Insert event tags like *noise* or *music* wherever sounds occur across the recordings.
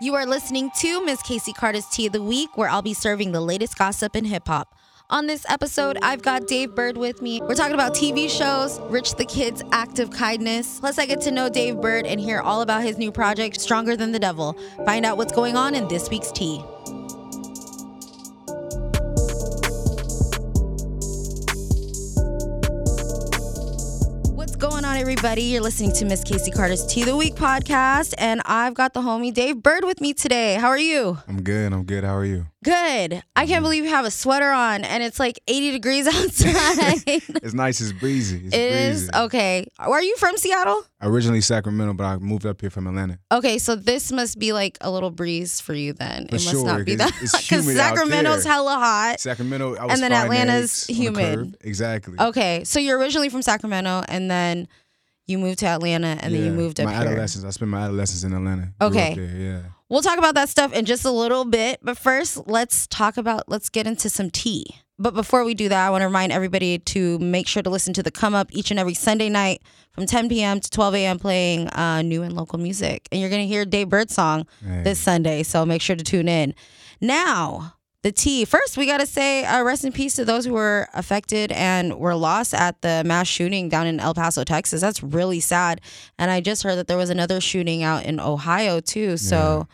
You are listening to Miss Casey Carter's Tea of the Week, where I'll be serving the latest gossip in hip hop. On this episode, I've got Dave Bird with me. We're talking about TV shows, Rich the Kid's act of kindness. Plus, I get to know Dave Bird and hear all about his new project, Stronger Than the Devil. Find out what's going on in this week's tea. What's going on, everybody? You're listening to Miss Casey Carter's Tea of the Week podcast, and I've got the homie Dave Bird with me today. How are you? I'm good. I'm good. How are you? Good. I can't believe you have a sweater on and it's like 80 degrees *laughs* outside. It It's nice. It's breezy. It's is breezy. okay. Are you from Seattle? Originally Sacramento, but I moved up here from Atlanta. Okay, so this must be like a little breeze for you then. For it must sure, not be 'cause that *laughs* it's because humid out Sacramento's there. hella hot. Sacramento. I was And then frying Atlanta's eggs on the humid. curb. Exactly. Okay, so you're originally from Sacramento and then you moved to Atlanta and then you Yeah. moved up my here. adolescence. I spent my adolescence in Atlanta. Grew up Okay. there, yeah. We'll talk about that stuff in just a little bit, but first, let's talk about let's get into some tea. But before we do that, I want to remind everybody to make sure to listen to the Come Up each and every Sunday night from 10 p.m. to 12 a.m. playing uh, new and local music, and you're gonna hear Dave Bird's song Hey. this Sunday. So make sure to tune in. Now, the tea. First, we gotta say uh, rest in peace to those who were affected and were lost at the mass shooting down in El Paso, Texas. That's really sad. And I just heard that there was another shooting out in Ohio too. So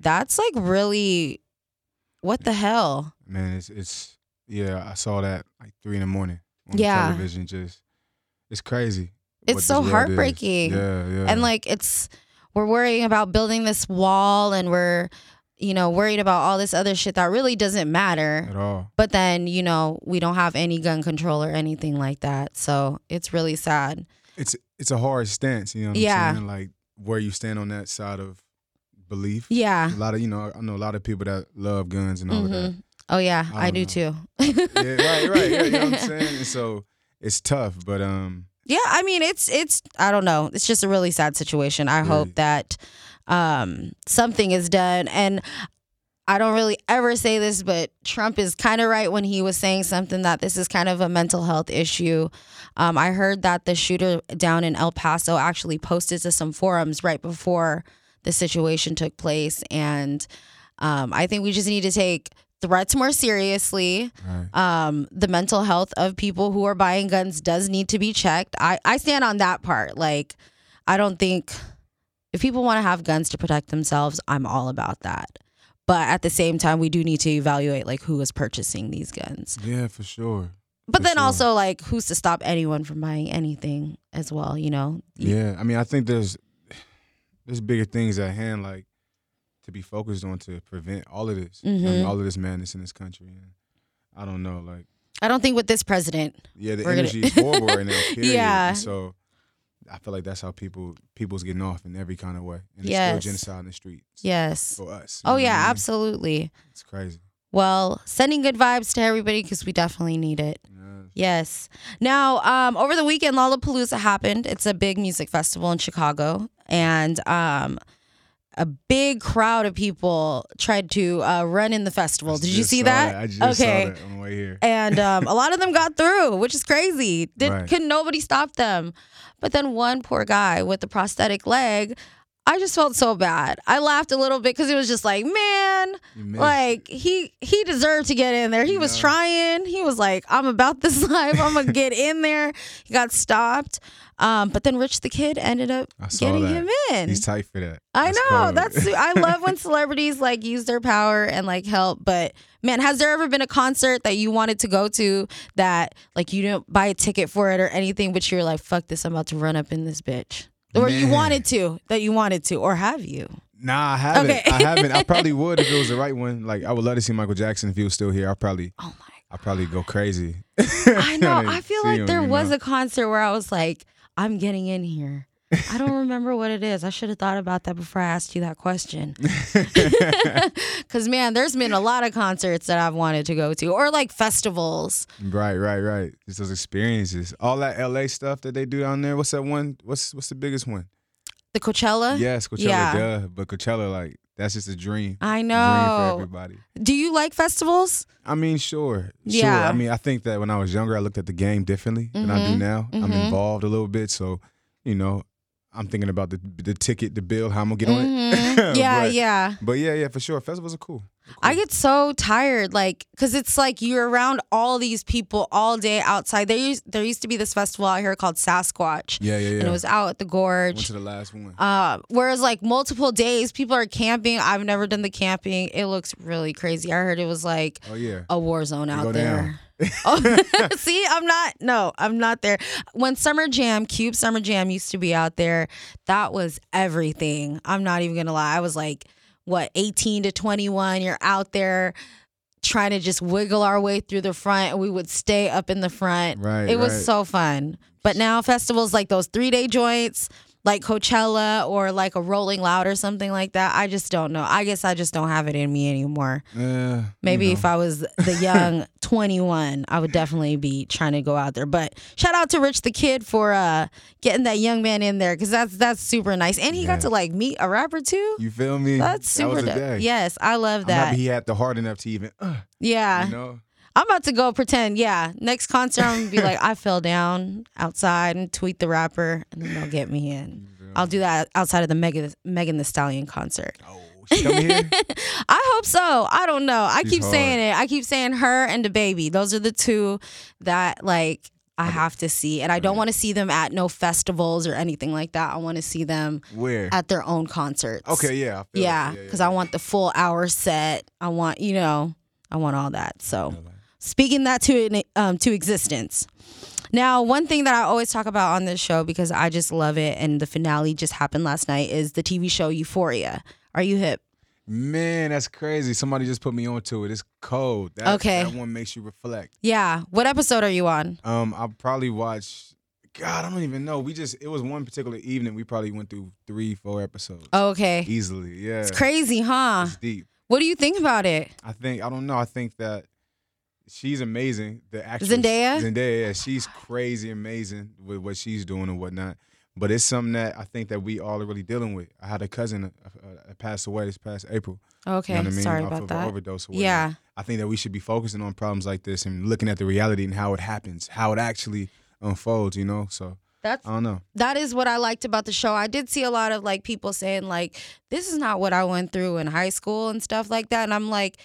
that's like really, what the hell? Man, it's it's yeah. I saw that like three in the morning on Yeah. television. Just it's crazy. It's what this so world is. heartbreaking. Yeah, yeah. And like it's we're worrying about building this wall and we're you know worried about all this other shit that really doesn't matter. at all. But then, you know, we don't have any gun control or anything like that. So it's really sad. It's it's a hard stance. You know what Yeah. I'm saying? Like where you stand on that side of belief. Yeah. A lot of you know I know a lot of people that love guns and all of that. Mhm. Oh yeah, I I, do don't too. yeah, right, right. Yeah, you know *laughs* what I'm saying? And so it's tough, but um, Yeah, I mean it's it's I don't know. It's just a really sad situation. I hope Really. that um something is done and I don't really ever say this, but Trump is kind of right when he was saying something that this is kind of a mental health issue. Um, I heard that the shooter down in El Paso actually posted to some forums right before the situation took place. And um, I think we just need to take threats more seriously right. um, the mental health of people who are buying guns does need to be checked. I, I stand on that part. Like, I don't think if people want to have guns to protect themselves, I'm all about that. But at the same time, we do need to evaluate like who is purchasing these guns. yeah, for sure. But For then sure. also like who's to stop anyone from buying anything as well, you know? Yeah, I mean, I think there's there's bigger things at hand, like to be focused on to prevent all of this, I mean, Mhm. all of this madness in this country. And I don't know, like, I don't think with this president. yeah, the We're gonna- energy is horrible right now. *laughs* Period. Yeah. And so I feel like that's how people people's getting off in every kind of way, and it's Yes. still genocide in the streets. Yes. for us. you Oh know what I yeah, mean? absolutely. It's crazy. Well, sending good vibes to everybody because we definitely need it. Yeah. Yes. Now, um, over the weekend, Lollapalooza happened. It's a big music festival in Chicago, and um, a big crowd of people tried to uh, run in the festival. I Did you just see saw that? I just okay. saw that on the way here. And um, a lot of them got through, which is crazy. Did Right. could nobody stop them? But then one poor guy with the prosthetic leg. I just felt so bad. I laughed a little bit because it was just like, man, You missed it. like he he deserved to get in there. He was Yeah. trying. He was like, "I'm about this *laughs* life. I'm *laughs* gonna get in there." He got stopped, um, but then Rich the Kid ended up I saw getting that. him in. He's tight for that. I That's know cold. that's I love when celebrities like use their power and like help. But man, has there ever been a concert that you wanted to go to that like you didn't buy a ticket for it or anything, but you were like, "Fuck this! I'm about to run up in this bitch," or you Man. wanted to that you wanted to, or have you? *laughs* Nah, I haven't. Okay. I haven't. I *laughs* probably would if it was the right one. Like I would love to see Michael Jackson if he was still here. I probably, Oh my I probably go crazy. *laughs* I know. trying to I feel see like him, there you was know? a concert where I was like, I'm getting in here. I *laughs* don't remember what it is. I should have thought about that before I asked you that *laughs* question. *laughs* Because, man, there's been a lot of concerts that I've wanted to go to or like festivals. Right, right, right. It's those experiences. All that LA stuff that they do down there. What's that one? What's what's the biggest one? The Coachella? Yes, Coachella, Yeah. duh. But Coachella, like, that's just a dream. I Dream know. for everybody. Do you like festivals? I mean, sure. Sure. Yeah. Mm-hmm. I mean, I think that when I was younger, I looked at the game differently than I do now. I'm involved a little bit. So, you know, I'm thinking about the the ticket, the bill, how I'm going to get *laughs* on it. Mm-hmm. Yeah, But- yeah. But yeah, yeah, for sure. Festivals are cool. I get so tired, like, because it's like you're around all these people all day outside. There used, there used to be this festival out here called Sasquatch. Yeah, yeah, yeah. And it was out at the Went gorge. to the last one. Uh, whereas like multiple days, people are camping. I've never done the camping. It looks really crazy. I heard it was like oh, yeah. a war zone go out down. there. *laughs* Oh, see, I'm not. No, I'm not there. When Summer Jam, Cube Summer Jam used to be out there, that was everything. I'm not even gonna lie. I was like, what, 18 to 21? You're out there trying to just wiggle our way through the front, and we would stay up in the front. Right, It right. was so fun. But now festivals like those three day joints. Like Coachella or like a Rolling Loud or something like that. I just don't know. I guess I just don't have it in me anymore. Yeah, you Maybe know. if I was *laughs* the young 21, I would definitely be trying to go out there. But shout out to Rich the Kid for uh, getting that young man in there because that's that's super nice, and he Yeah. got to like meet a rapper too. You feel me? That's super That was a dope. day. Yes, I love I'm happy that. he had the heart enough to even, uh, yeah, you know? I'm about to go pretend. Yeah, next concert I'm gonna be like, I fell down outside and tweet the rapper, and then they'll get me in. I'll do that outside of the Megan Megan the Stallion concert. Oh, she come *laughs* here? I hope so. I don't know. I She's keep saying hard. it. I keep saying her and the baby. Those are the two that like I have to see, and I don't want to see them at no festivals or anything like that. I want to see them Where? at their own concerts. okay, yeah. I feel Yeah, it. because I want the full hour set. I want you know, I want all that. So speaking that to an- um, to existence. Now, one thing that I always talk about on this show because I just love it, and the finale just happened last night is the TV show Euphoria. Are you hip? Man, that's crazy. Somebody just put me onto it. It's cold. That, Okay. That one makes you reflect. Yeah. What episode are you on? Um, I probably watched. God, I don't even know. We just it was one particular evening. We probably went through three, four episodes Oh, Okay. easily. Yeah, It's crazy, huh? It's deep. What do you think about it? I think I don't know. I think that she's amazing. The actress Zendaya? Zendaya, yeah, she's crazy amazing with what she's doing and whatnot. But it's something that I think that we all are really dealing with. I had a cousin uh, uh, pass away this past April. Okay. You know what I mean? Sorry Off about of an that. Overdose. Or whatnot. Yeah. I think that we should be focusing on problems like this and looking at the reality and how it happens, how it actually unfolds. You know, so That's I don't know. that is what I liked about the show. I did see a lot of like people saying like this is not what I went through in high school and stuff like that and I'm like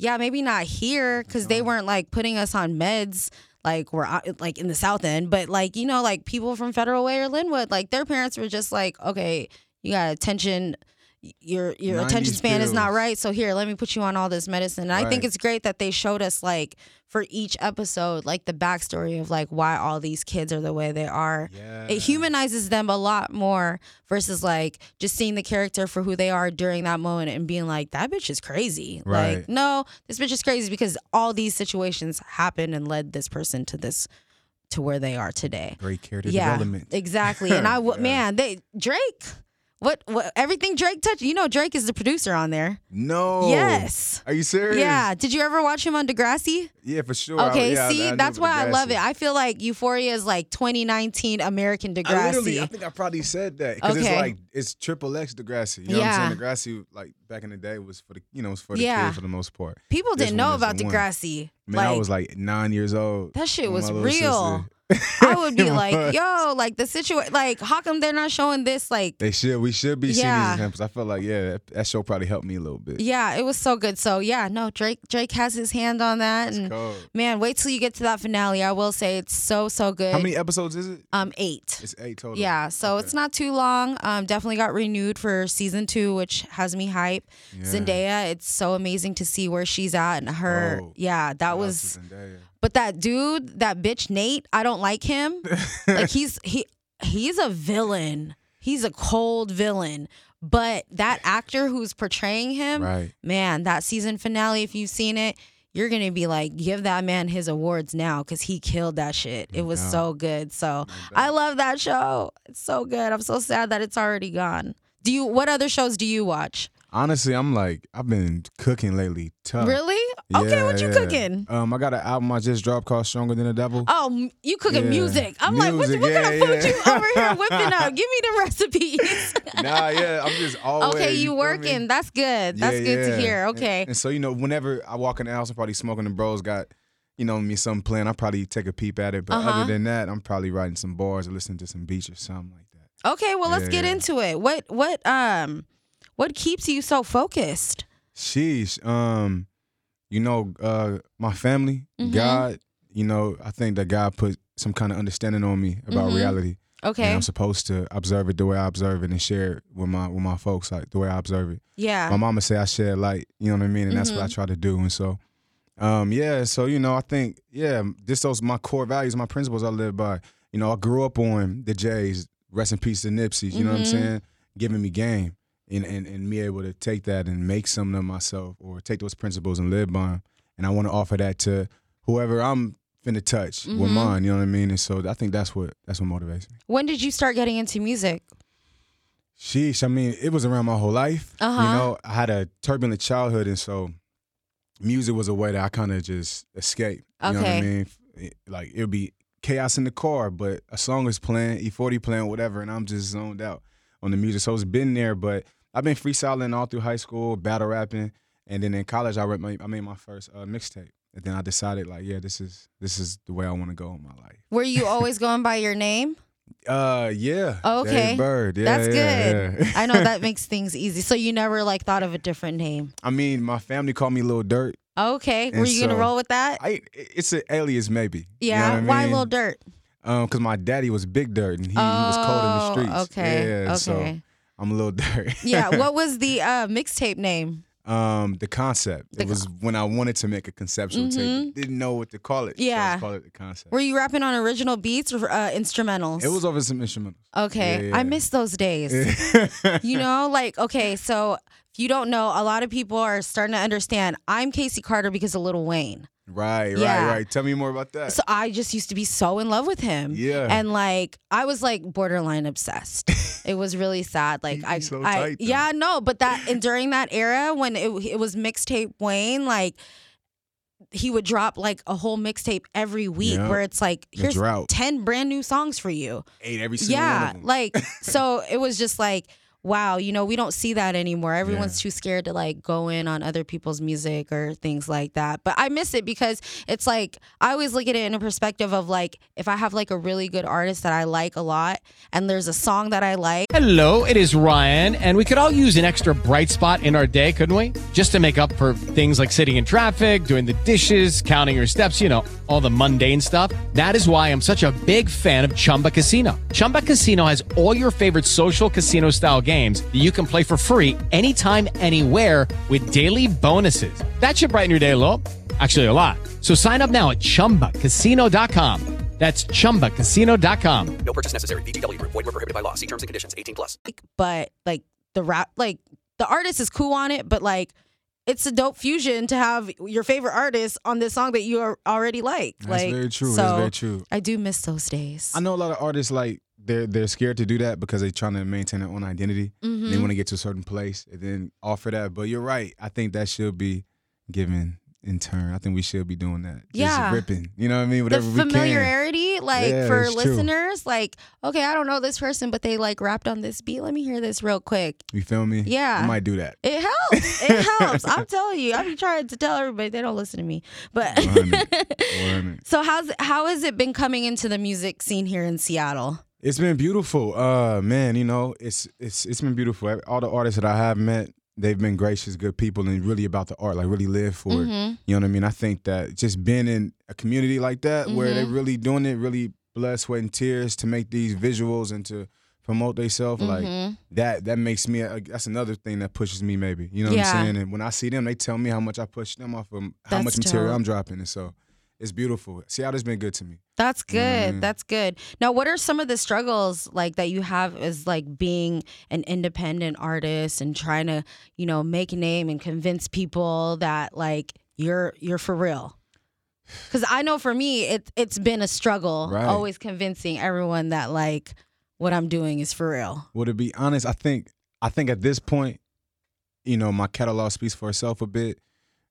yeah, maybe not here cuz they weren't like putting us on meds like we're out- like in the south end, but like you know like people from Federal Way or Linwood like their parents were just like okay, you got attention your your 90s attention span is not pills. right. So here, let me put you on all this medicine. And I Right. think it's great that they showed us like for each episode like the backstory of like why all these kids are the way they are Yeah. it humanizes them a lot more versus like just seeing the character for who they are during that moment and being like that bitch is crazy Right. like no this bitch is crazy because all these situations happened and led this person to this to where they are today Great character yeah development. *laughs* exactly and i w- man they drake what, what everything drake touched you know drake is the producer on there No. Yes. Are you serious? yeah did you ever watch him on degrassi Yeah, for sure. I- Okay, yeah, I- see, I knew that's about why I love Degrassi. it. I feel like Euphoria is like 2019 American Degrassi. I literally, I think I probably said that because it's Okay. like it's triple X Degrassi. You know Yeah. what I'm saying? Degrassi, like back in the day, was for the you know was for the Yeah. kids for the most part. People This didn't one know is about the one. Degrassi. Man, I was like nine years old. That shit when was my little real. sister- I *laughs* would be It like, was. yo, like the situation, like, how come they're not showing this? Like, They should. We should be seeing these Yeah. examples. I feel like yeah, that, that show probably helped me a little bit. yeah, it was so good. So yeah, no, Drake, Drake has his hand on that. And cold. man, wait till you get to that finale. I will say it's so so good. How many episodes is it? Um, eight. It's eight total. Yeah, so it's not too long. Um, definitely got renewed for season two, which has me hype. Zendaya, it's so amazing to see where she's at and her. Oh. yeah, that Shout out was. to Zendaya. But that dude, that bitch Nate, I don't like *laughs* him. like he's he he's a villain. He's a cold villain. But that actor who's portraying him, Right. man, that season finale, if you've seen it, you're gonna be like, give that man his awards now because he killed that shit. It was so good. So I love that show. It's so good. I'm so sad that it's already gone. Do you? What other shows do you watch? Honestly, I'm like I've been cooking lately. Tough. Really? Okay, Uh, Yeah, what you yeah. cooking? Um, I got an album I just dropped called "Stronger Than the Devil." Oh, m- you cooking Yeah. music. I'm like, Music, what, what kind yeah, of food yeah. you over *laughs* here whipping up? Give me the recipes. *laughs* nah, yeah, I'm just always okay, you feel working. me? That's good. That's Yeah, good yeah. to hear. And- Okay. *laughs* And, so you know, whenever I walk in the house, I'm probably smoking. The bros got, you know, me some plan. I probably take a peep at it, but Uh-huh. other than that, I'm probably writing some bars or listening to some beats or something like that. Okay, well let's get Yeah. into it. What what um what keeps you so focused? Sheesh. Um, you know, uh, my family, Mm-hmm. God. You know, I think that God put some kind of understanding on me about reality. And Mm-hmm. Okay. I'm supposed to observe it the way I observe it and share it with my with my folks, like the way I observe it. Yeah. My mama say I share light, you know what I mean, and that's what I try to do. And so, um, yeah, so you know, I think yeah, just those my core values, my principles I live by. You know, I grew up on the Jays, rest in peace to Nipsey. You know what I'm saying? Giving me game and and and me able to take that and make something of myself or take those principles and live by them. And I want to offer that to whoever I'm finna touch with mine. You know what I mean? And so I think that's what that's what motivates me. When did you start getting into music? Sheesh, I mean, it was around my whole life. You Uh-huh. know, I had a turbulent childhood, and so music was a way that I kind of just escape. You know what Okay. I mean? It- like it would be chaos in the car, but a song is playing, E40 playing, whatever, and I'm just zoned out on the music. So it's been there, but I've been freestyling all through high school, battle rapping, and then in college I wrote my, I made my first uh, mixtape, and then I decided like, yeah, this is this is the way I want to go in my life. Were you always going by your name? Uh, yeah. Dave Oh, Okay. Bird. Yeah, That's yeah, good. yeah. I know that makes things easy. So you never like thought of a different name. I mean, my family called me Lil Dirt. Okay. Were And you gonna so- roll with that? I it's an alias maybe. You know yeah. what I Why mean? Lil Dirt? Um, because my daddy was Big Dirt and he, he was Oh, cold in the streets. okay, Yeah, so okay. I'm Lil Dirt. Yeah. what was the uh mixtape name? *laughs* um, the concept. it was when I wanted to make a conceptual tape. Didn't know what to call it. so I Mm-hmm. Yeah. called it the concept. Were you rapping on original beats or uh, instrumentals? it was over some instrumentals. Okay, Yeah, I yeah. miss those *laughs* days. you know, like okay, so if you don't know, a lot of people are starting to understand. I'm Casey Carter because of Little Wayne. Right, right, Yeah. right. Tell me more about that. So I just used to be so in love with him. Yeah. And like I was like borderline obsessed. it was really sad. Like *laughs* He- I, he's so I tight, though. yeah, no, but that *laughs* and during that era when it it was mixtape Wayne, like he would drop like a whole mixtape every week Yeah. where it's like The here's drought. 10 brand new songs for you. Ate every single Yeah, one of them. *laughs* like so it was just like wow, you know, we don't see that anymore. Everyone's Yeah. too scared to like go in on other people's music or things like that. But I miss it because it's like I always look at it in a perspective of like if I have like a really good artist that I like a lot and there's a song that I like Hello, it is Ryan, and we could all use an extra bright spot in our day, couldn't we? Just to make up for things like sitting in traffic, doing the dishes, counting your steps, you know, all the mundane stuff. That is why I'm such a big fan of Chumba Casino. Chumba Casino has all your favorite social casino style games that you can play for free anytime, anywhere with daily bonuses. That should brighten your day a little. Actually, a lot. So sign up now at chumbacasino.com. That's chumbacasino.com. No purchase necessary. VGW Group. Void were prohibited by law. See terms and conditions. 18 plus. but like the rap like the artist is cool on it, but like it's a dope fusion to have your favorite artist on this song that you are already like. That's like very true. So That's very true. I do miss those days. I know a lot of artists like they're they're scared to do that because they're trying to maintain their own identity. Mm-hmm. They want to get to a certain place and then offer that. But you're right. I think that should be given in turn. I think we should be doing that. Just Yeah. ripping. You know what I mean? the Whatever we can. familiarity, like Yeah, for it's true. listeners, like okay, I don't know this person, but they like rapped on this beat. Let me hear this real quick. You feel me? Yeah. I might *laughs* do that. It helps. *laughs* It helps. I'm telling you. I be trying to tell everybody they don't listen to me, but 100. *laughs* 100. so how's how has it been coming into the music scene here in Seattle? It's been beautiful. Uh man, you know, it's it's it's been beautiful. All the artists that I have met, they've been gracious, good people and really about the art, like really live for Mm-hmm. it. You know what I mean? I think that just being in a community like that where Mm-hmm. they're really doing it, really blood, sweat, and tears to make these visuals and to promote themselves, Mm-hmm. like that that makes me a, that's another thing that pushes me maybe. You know what Yeah. I'm saying? And when I see them, they tell me how much I push them off of how That's much material dope. I'm dropping. And so it's beautiful. Seattle's been good to me. That's good. That's good. Now, what are some of the struggles like that you have as like being an independent artist and trying to, you know, make a name and convince people that like you're you're for real. Because I know for me, it it's been a struggle Right. always convincing everyone that like what I'm doing is for real. Well, to be honest, I think I think at this point, you know, my catalog speaks for itself a bit,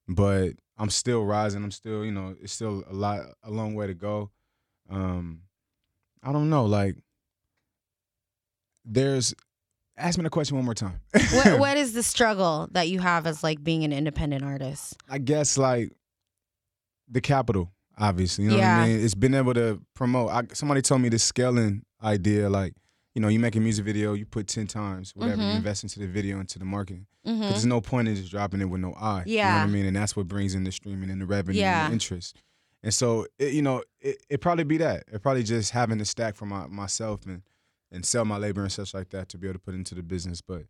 but I'm still rising. I'm still, you know, it's still a lot, a long way to go. Um, I don't know. Like, there's. Ask me the question one more time. what what is the struggle that you have as like being an independent artist? I guess like the capital, obviously. You know what I Yeah. mean? It's been able to promote. I, somebody told me this scaling idea, like, you know, you make a music video, you put 10 times whatever Mm-hmm. you invest into the video, into the marketing. 'Cause there's no point in just dropping it with no eye. You know Yeah. what I mean? And that's what brings in the streaming and the revenue Yeah. and the interest. And so, it, you know, it, it probably be that. It probably just having the stack for my, myself and, and sell my labor and such like that to be able to put into the business. But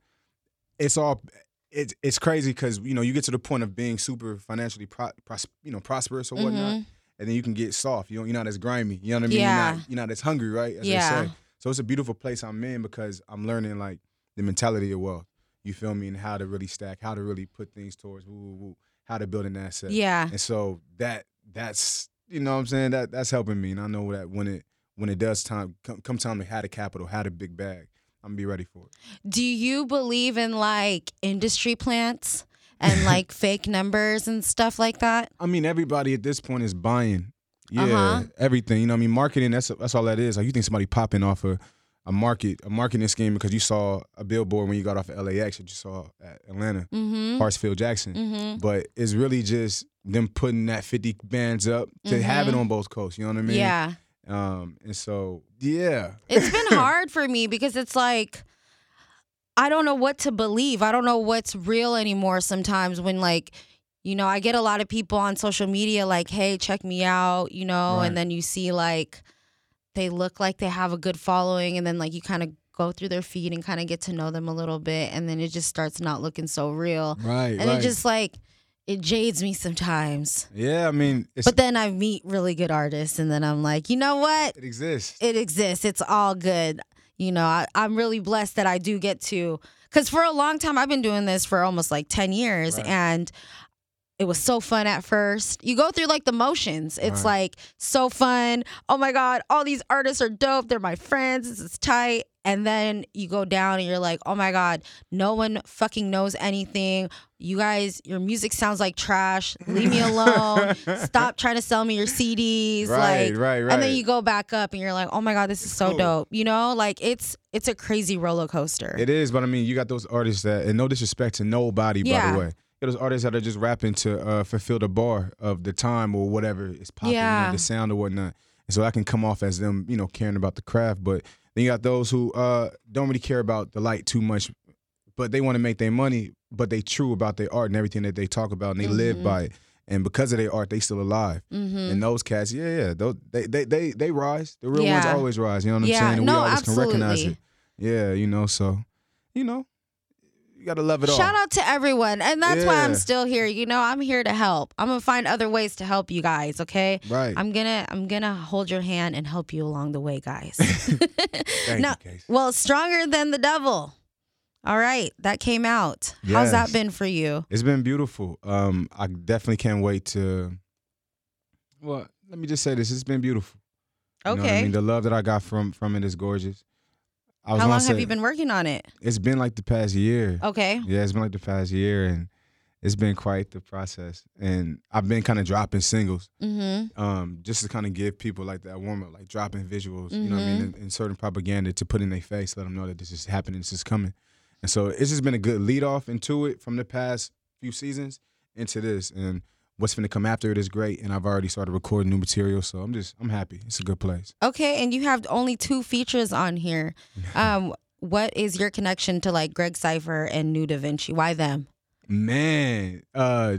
it's all it's it's crazy because you know you get to the point of being super financially pro, pros, you know prosperous or whatnot, and then you can get soft. You don't, you're not as grimy. You know what I mean? Mm-hmm. Yeah. You're, not, you're not as hungry, right? As Yeah. they say. So it's a beautiful place I'm in because I'm learning like the mentality of wealth. You feel me? And how to really stack, how to really put things towards woo woo woo, how to build an asset. Yeah. And so that that's you know what I'm saying that that's helping me, and I know that when it when it does time come, come time to have the capital, have the big bag, I'm gonna be ready for it. Do you believe in like industry plants and like fake numbers and stuff like that? I mean, everybody at this point is buying. Yeah, Uh-huh. everything. You know, what I mean, marketing. That's that's all that is. Like, you think somebody popping off a, a market, a marketing scheme because you saw a billboard when you got off of LAX that you saw at Atlanta, Mm-hmm. Hartsfield Jackson. But it's really just them putting that fifty bands up to have it on both coasts. You know what I mean? Mm-hmm. Yeah. Um, and so yeah, It's *laughs* been hard for me because it's like I don't know what to believe. I don't know what's real anymore sometimes when like you know, I get a lot of people on social media like, "Hey, check me out," you know, Right. and then you see like they look like they have a good following and then like you kind of go through their feed and kind of get to know them a little bit and then it just starts not looking so real. right, and it just like it jades me sometimes. yeah. I mean, it's, But then I meet really good artists and then I'm like, "You know what? it exists. it exists. It's all good. You know, I, I'm really blessed that I do get to, because for a long time, I've been doing this for almost like 10 years. And it was so fun at first. You go through like the motions. It's like so fun. Oh my God, all these artists are dope. They're my friends. This is tight. And then you go down and you're like, oh my God, no one fucking knows anything. You guys, your music sounds like trash. Leave *laughs* me alone. Stop trying to sell me your CDs. Right, like, right, And right. then you go back up and you're like, oh my God, this is so dope. You know, like it's it's a crazy roller coaster. It is, but I mean, you got those artists that, and no disrespect to nobody, by Yeah. the way. You got those artists that are just rapping to uh, fulfill the bar of the time or whatever is popping, you know, Yeah. the sound or whatnot. And so that can come off as them, you know, caring about the craft. But then you got those who uh, don't really care about the light too much, but they want to make their money, but they true about their art and everything that they talk about and they live Mm-hmm. by it. And because of their art, they still alive. And those cats, yeah, yeah, those, they, they, they, they rise. The real ones Yeah. always rise. You know what I'm Yeah, saying? And no, we always can recognize absolutely. it. Yeah, you know, so you know, you gotta love it all. Shout out to everyone. And that's why I'm Yeah. still here. You know, I'm here to help. I'm gonna find other ways to help you guys, okay? Right. I'm gonna I'm gonna hold your hand and help you along the way, guys. *laughs* Thank no, you, Casey. well, stronger than the devil. All right, that came out. How's Yes. that been for you? It's been beautiful. Um, I definitely can't wait to. Well, let me just say this: it's been beautiful. You know what I Okay. mean, the love that I got from from it is gorgeous. I was How gonna long have say- you been working on it? It's been like the past year. Okay. Yeah, it's been like the past year, and it's been quite the process. And I've been kind of dropping singles, mm-hmm. um, just to kind of give people like that warm up, like dropping visuals, you know what I mean, and, and certain propaganda to put in their face, let them know that this is happening, this is coming. And so it's just been a good lead off into it from the past few seasons into this, and what's going to come after it is great. And I've already started recording new material, so I'm just I'm happy. It's a good place. Okay, and you have only two features on *laughs* here. Um, what is your connection to like Greg Cipher and New Da Vinci? Why them? Man, uh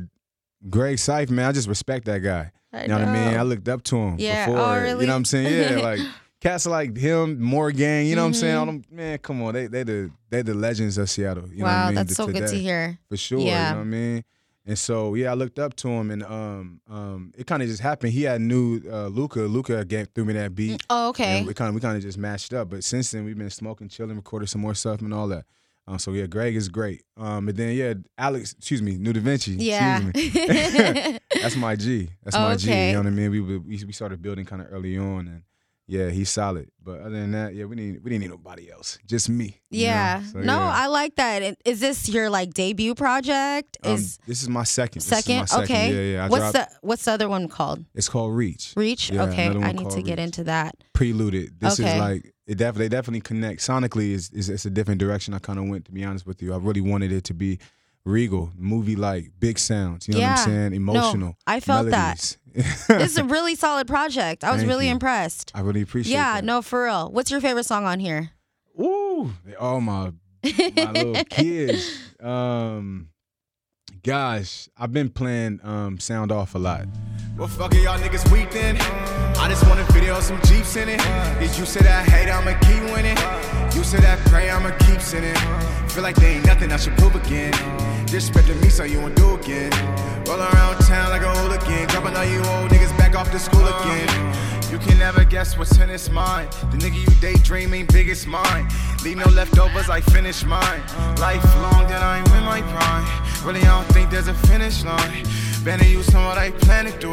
Greg Sife, man, I just respect that guy. I you know, what I mean? know. I looked up to him Yeah, before. oh, You really? know what I'm saying? Yeah, *laughs* like cats like him, Morgan, you know what I'm Mm-hmm. saying? All them, man, come on. They they the they the legends of Seattle. You know what wow, I mean? that's To- so good to today, hear. For sure. Yeah. You know what I mean? And so yeah, I looked up to him and um um it kinda just happened. He had new uh Luca. Luca gave threw me that beat. Oh, okay. And we kind of we kind of just matched up. But since then, we've been smoking, chilling, recording some more stuff and all that. Um, so yeah, Greg is great. Um, and then yeah, Alex, excuse me, New Da Vinci. Yeah. Excuse me. *laughs* That's my G. That's my G. You Okay. know what I mean? We were- we, we started building kind of early on, and yeah, he's solid. But other than that, yeah, we didn't we didn't need nobody else. Just me. you know? Yeah. So, no, yeah. I like that. And Is this your like debut project? Um, Is this is my second. This is my second? Okay. Yeah, yeah. I what's dropped, the What's the other one called? It's called Reach. Reach. Yeah, okay, another one I need called to get Reach. into *laughs* that. preluded. This Okay. is like it def- they definitely connect sonically. Is is it's a different direction I kind of went to be honest with you. I really wanted it to be regal, movie like, big sounds. You know what Yeah. I'm saying? No, Emotional. I felt that. that. This is a really solid project. I was Thank really you. impressed. *laughs* I really appreciate. Yeah, that. no, for real. What's your favorite song on here? Ooh, they all my my *laughs* little kids. Um, gosh, I've been playing um sound off a lot. Well, fuck it, y'all niggas weak then. I just wanna video some Jeeps in it. Did you say that hate, I'ma keep winning. You say that pray, I'ma keep sinning. Feel like they ain't nothing I should prove again. Disrespecting me, so you won't do again. Roll around town like a hooligan. Dropping all you old niggas back off to school again. You can never guess what's in his mind. The nigga you daydream ain't big as mine. Leave no leftovers, I finish mine. Lifelong that I ain't in my prime. Really, I don't think there's a finish line. Banning you some what I plan to do.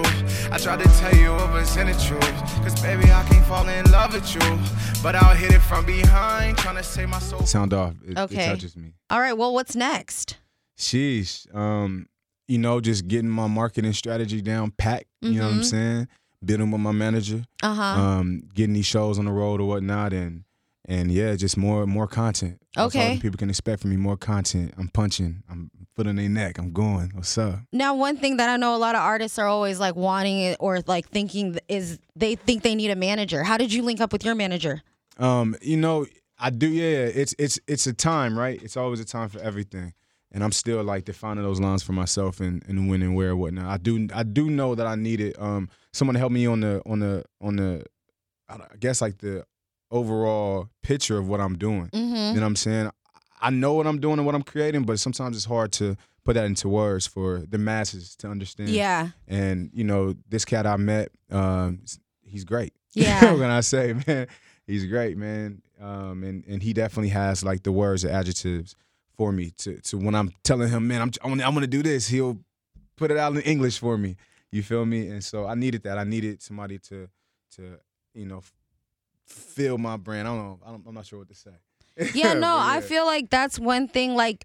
I tried to tell you what was in the truth. Cause baby, I can't fall in love with you. But I'll hit it from behind, trying to save my soul. Sound off. It, it Okay. touches me. All right. Well, what's next? Sheesh. Um, you know, just getting my marketing strategy down pat. You know what I'm saying? Building with my manager. Uh huh. Um, getting these shows on the road or whatnot, and and yeah, just more more content. That's all Okay. people can expect from me more content. I'm punching. I'm putting their neck. I'm going. What's up? Now, one thing that I know a lot of artists are always like wanting it or like thinking th- is they think they need a manager. How did you link up with your manager? Um, you know, I do. Yeah, it's it's it's a time, right? It's always a time for everything, and I'm still like defining those lines for myself and and when and where and whatnot. I do I do know that I needed um someone to help me on the on the on the I don't- I guess like the overall picture of what I'm doing. You know what I'm saying? I know what I'm doing and what I'm creating, but sometimes it's hard to put that into words for the masses to understand. *laughs* Yeah. And you know, this cat I met, um, he's great. *laughs* Yeah. what can I say, man? He's great, man. Um, and and he definitely has like the words, the adjectives for me to to when I'm telling him, man, I'm I want to do this. He'll put it out in English for me. You feel me? And so I needed that. I needed somebody to to you know f- fill my brand. I don't know. I don't, I'm not sure what to say. Yeah, no, But I yeah. feel like that's one thing. Like,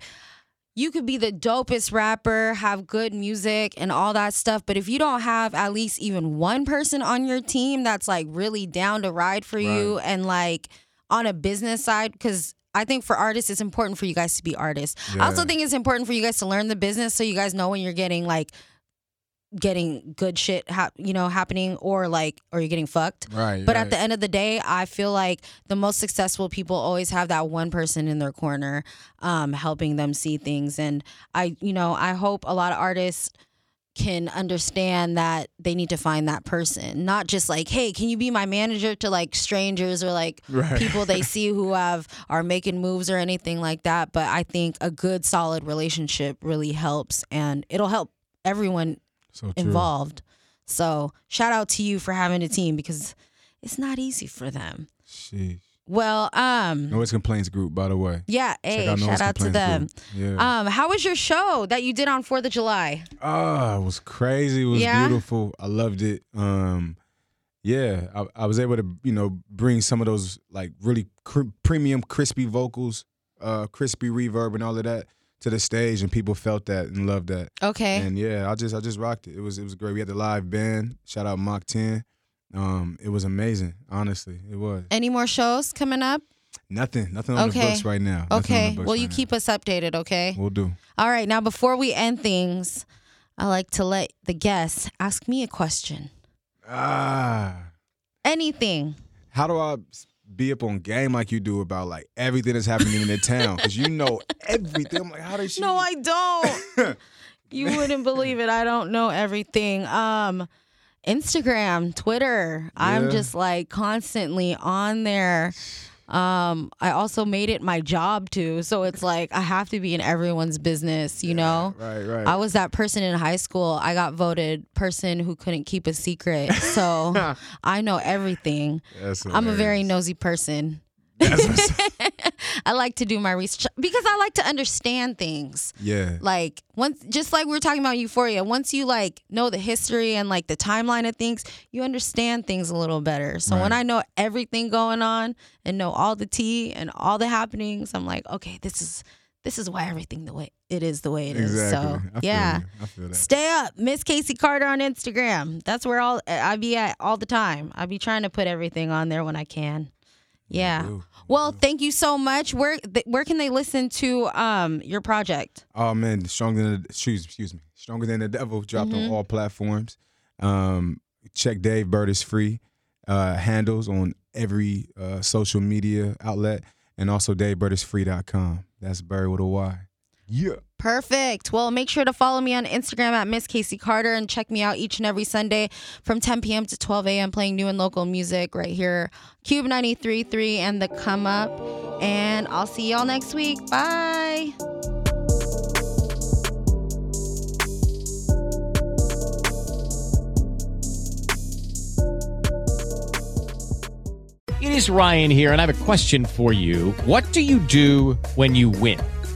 you could be the dopest rapper, have good music and all that stuff, but if you don't have at least even one person on your team that's like really down to ride for you and like on a business side, because I think for artists, it's important for you guys to be artists. I also Yeah. think it's important for you guys to learn the business so you guys know when you're getting like getting good shit hap- you know happening or like or you're getting fucked Right, but at right. the end of the day i feel like the most successful people always have that one person in their corner um helping them see things and i you know i hope a lot of artists can understand that they need to find that person not just like hey can you be my manager to like strangers or like Right. people *laughs* they see who have are making moves or anything like that but i think a good solid relationship really helps and it'll help everyone So true. involved. So shout out to you for having a team because it's not easy for them. Sheesh. Well, um, No, it's complaints group, by the way. yeah, hey, out shout Noise out to them. Complaints group. Yeah. Um, how was your show that you did on Fourth of July? Ah, it was crazy. It was Yeah? beautiful. I loved it. Um, yeah, I, I was able to you know bring some of those like really cr- premium crispy vocals, uh, crispy reverb and all of that to the stage, and people felt that and loved that. Okay. And yeah, I just I just rocked it. It was it was great. We had the live band. Shout out Mach Ten. Um, it was amazing. Honestly, it was. Any more shows coming up? Nothing, nothing on the Okay. books right now. Nothing on the Okay. books Well, you right now. keep us updated, okay? We'll do. All right. Now, before we end things, I like to let the guests ask me a question. Ah. Anything. how do I be up on game like you do about like everything that's happening in the town? Because you know everything. I'm like, how does she? No, I don't. *laughs* you wouldn't believe it. I don't know everything. Um Instagram, Twitter. I'm Yeah. just like constantly on there. Um I also made it my job too. So it's like I have to be in everyone's business, you know? right, right. I was that person in high school. I got voted person who couldn't keep a secret. *laughs* So I know everything. That's I'm a very hilarious. nosy person. That's what's- *laughs* I like to do my research because I like to understand things. Yeah. Like once just like we were talking about euphoria, once you like know the history and like the timeline of things, you understand things a little better. So when I know everything going on and know all the tea and all the happenings, I'm like, okay, this is this is why everything the way it is the way it is. So Exactly. I feel yeah. you. I feel that. Stay up, Miss Casey Carter on Instagram. That's where all I be at all the time. I be trying to put everything on there when I can. Yeah. Well, thank you so much. Where th- where can they listen to um your project? Oh man, stronger than the excuse, excuse me, stronger than the devil dropped Mm-hmm. on all platforms. Um, check Dave Bird is free uh, handles on every uh, social media outlet, and also DaveBirdisFree.com. That's Bird with a Y. Yeah. Perfect. Well, make sure to follow me on Instagram at Miss Casey Carter and check me out each and every Sunday from 10 p.m. to 12 a.m. playing new and local music right here, Cube 93.3 and The Come Up. And I'll see y'all next week. Bye. It is Ryan here, and I have a question for you. What do you do when you win?